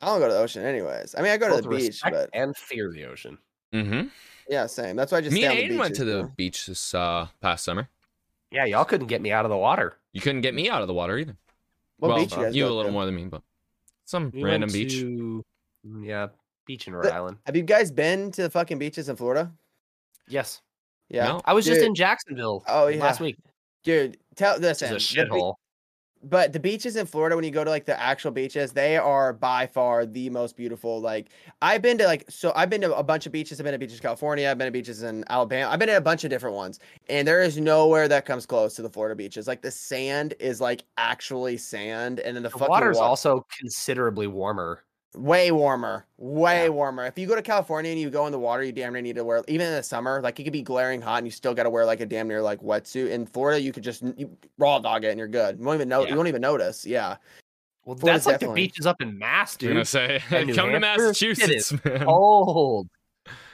I don't go to the ocean anyways. I mean, I go to Both the beach, respect but and fear the ocean. Mm-hmm. yeah, same. That's why I just Me stay and on the Aiden went beaches, to the bro. beach this uh, past summer. Yeah, y'all couldn't get me out of the water. You couldn't get me out of the water either. What well, beach you guys you a go little to? more than me, but some We random went beach. to- mm, yeah, beach in Rhode But- Island. Have you guys been to the fucking beaches in Florida? Yes, Yeah, No. I was just Dude. in Jacksonville. Oh, last yeah. week. dude. Tell This is listen, a the be- shithole. but the beaches in Florida, when you go to like the actual beaches, they are by far the most beautiful. Like I've been to like so I've been to a bunch of beaches. I've been to beaches in California. I've been to beaches in Alabama. I've been to a bunch of different ones, and there is nowhere that comes close to the Florida beaches. Like the sand is like actually sand, and then the, The fucking water's wa- also considerably warmer. way warmer, way Yeah. warmer. If you go to California and you go in the water, you damn near need to wear even in the summer. Like it could be glaring hot, and you still got to wear like a damn near like wetsuit. In Florida, you could just n- you, raw dog it, and you're good. You won't even know. Yeah. You won't even notice. Yeah. Well, Florida's that's like definitely- the beaches up in Mass, I'm gonna dude. say, *laughs* And New come to Hampshire? Massachusetts, *laughs* man. Cold.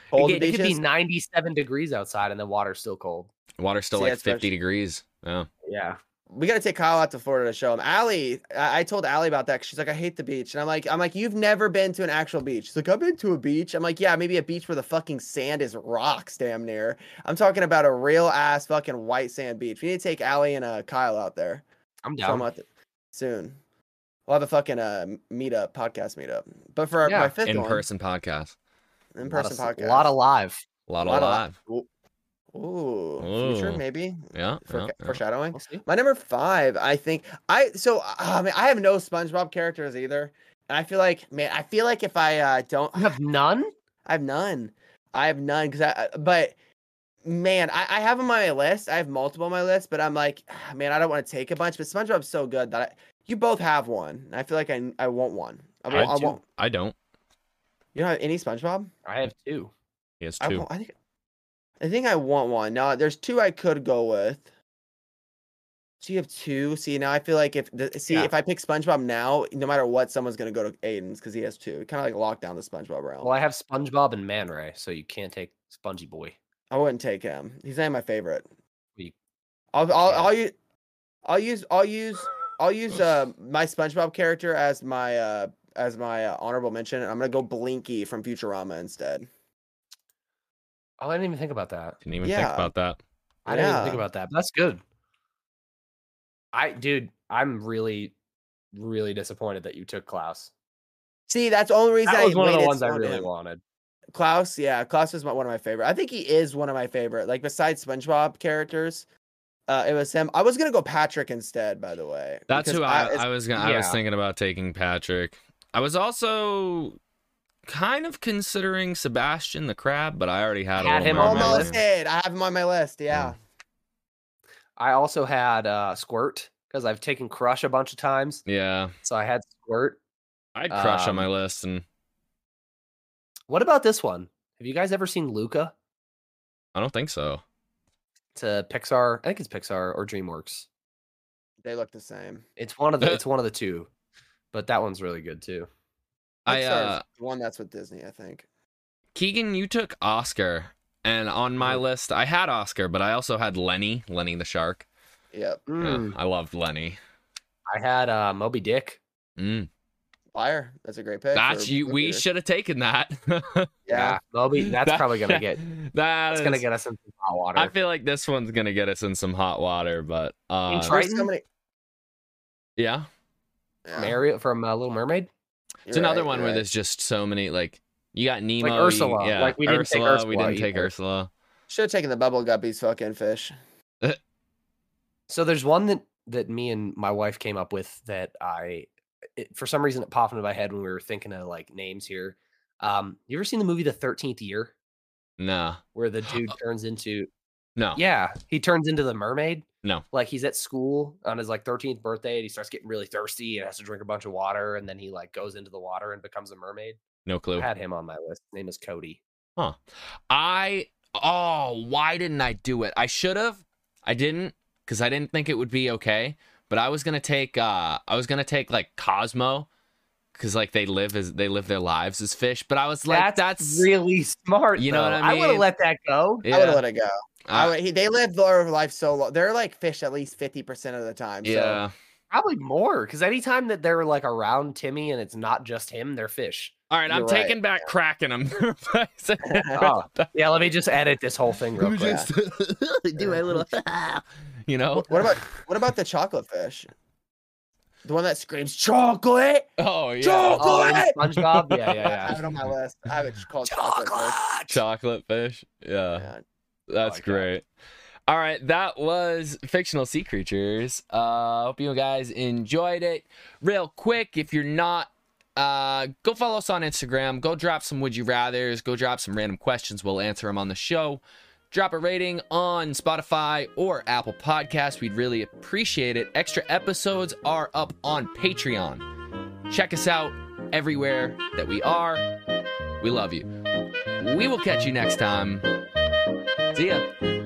Cold it, could be beaches? 97 degrees outside and the water's still cold. Water's still See, like that's fresh. 50 degrees. Yeah. Yeah. we got to take Kyle out to Florida to show him. Allie, I, I told Allie about that. 'cause She's like, I hate the beach, and I'm like, I'm like, you've never been to an actual beach. She's like, I've been to a beach. I'm like, yeah, maybe a beach where the fucking sand is rocks, damn near. I'm talking about a real ass fucking white sand beach. We need to take Allie and uh, Kyle out there. I'm So down. I'm out th- soon. We'll have a fucking uh, m- meetup, podcast meetup. But for our, Yeah, my fifth In one, person podcast. in person lot of, podcast, A lot of live. A lot, Lot of- of live. ooh, future Ooh. maybe Yeah. Forec- yeah, yeah. foreshadowing. We'll see. My number five, I think I so uh, I mean I have no SpongeBob characters either, and I feel like man, I feel like if I uh, don't, You have none? I have none, I have none because I I- but. Man, I, I have on my list. I have multiple on my list, but I'm like, *sighs* "Ah, man, I don't want to take a bunch. But SpongeBob's so good that I, you both have one. and I feel like I I want one. I, I, won't I do- won't. I don't. You don't have any SpongeBob? I have two. He has I, two. want, I think I think I want one. No, there's two I could go with. So you have two. See now I feel like if the, see Yeah. if I pick SpongeBob now, no matter what, someone's gonna go to Aiden's because he has two. Kind of like lock down the SpongeBob realm. Well, I have SpongeBob and Man Ray, so you can't take Spongy Boy. I wouldn't take him. He's not my favorite. We I'll I'll, can't. I'll use I'll use I'll use I'll use uh, my SpongeBob character as my uh as my uh, honorable mention. And I'm gonna go Blinky from Futurama instead. Oh, I didn't even think about that. Didn't even Yeah. think about that. I didn't even think Yeah. about that. But that's good. I dude, I'm really, really disappointed that you took Klaus. See, that's the only reason That I was one of the waited ones I so really damn- wanted. Klaus, yeah, Klaus is my, one of my favorite. I think he is one of my favorite. Like besides SpongeBob characters, uh, it was him. I was gonna go Patrick instead, by the way. That's because who I, it's- I was gonna. I was yeah. thinking about taking Patrick. I was also kind of considering Sebastian the crab, but I already had, Had a him little on my mermaid. Almost did. I have him on my list. Yeah. I also had uh, Squirt because I've taken Crush a bunch of times, Yeah, so I had Squirt. I had Crush on Um, my list, and What about this one? Have you guys ever seen Luca? I don't think so. To Pixar, I think it's Pixar or DreamWorks. They look the same. It's one of the it's one of the two, but that one's really good too. I Pixar is uh, the one that's with Disney, I think. Keegan, you took Oscar, and on my Mm. list, I had Oscar, but I also had Lenny, Lenny the shark. Yep. Yeah, Mm, I loved Lenny. I had uh, Moby Dick. Mm. Fire. That's a great pick. That's for you. the We leader. should have taken that. *laughs* Yeah. Moby. That's That- probably gonna get. *laughs* That That's gonna is- get us into hot water. I feel like this one's gonna get us in some hot water, but uh, Triton? There's so many- yeah, Yeah, from Ariel from uh, Little Mermaid. it's you're another right, one you're where right. there's just so many. Like you got Nemo, you- Ursula, yeah, like, we didn't take Ursula, we Ursula didn't take either. Ursula. Should have taken the bubble guppies fucking fish. So there's one that that me and my wife came up with that I, it, for some reason, it popped into my head when we were thinking of like names here. Um, you ever seen the movie The Thirteenth Year, No, where the *gasps* dude turns into no, yeah, he turns into the mermaid. No. like he's at school on his like thirteenth birthday, and he starts getting really thirsty and has to drink a bunch of water, and then he like goes into the water and becomes a mermaid. no I clue. had him on my list. His name is Cody. I oh, why didn't I do it? I should have. I didn't because I didn't think it would be okay. But I was gonna take uh I was gonna take like Cosmo because like they live as they live their lives as fish. But I was like that's, really *laughs* smart. You know what though. I would have mean? let that go. I would Yeah, have let it go. I uh, would, he, they live their life so long. They're like fish at least 50% of the time. So yeah. Probably more, because anytime that they're like around Timmy and it's not just him, they're fish. All right, I'm You're right, taking back cracking them. Oh, yeah, let me just edit this whole thing real quick. do my little, *laughs* you know. Wh- What about what about the chocolate fish? The one that screams chocolate. Oh yeah, Chocolate! Oh, and SpongeBob. Yeah, yeah, I have yeah. it on my list. I have it called chocolate. fish. chocolate fish. Yeah, Yeah. that's like that. great. All right, that was fictional sea creatures. Uh, hope you guys enjoyed it. Real quick, if you're not, uh, go follow us on Instagram. Go drop some would you rather's. Go drop some random questions. We'll answer them on the show. Drop a rating on Spotify or Apple Podcasts. We'd really appreciate it. Extra episodes are up on Patreon. Check us out everywhere that we are. We love you. We will catch you next time. See ya.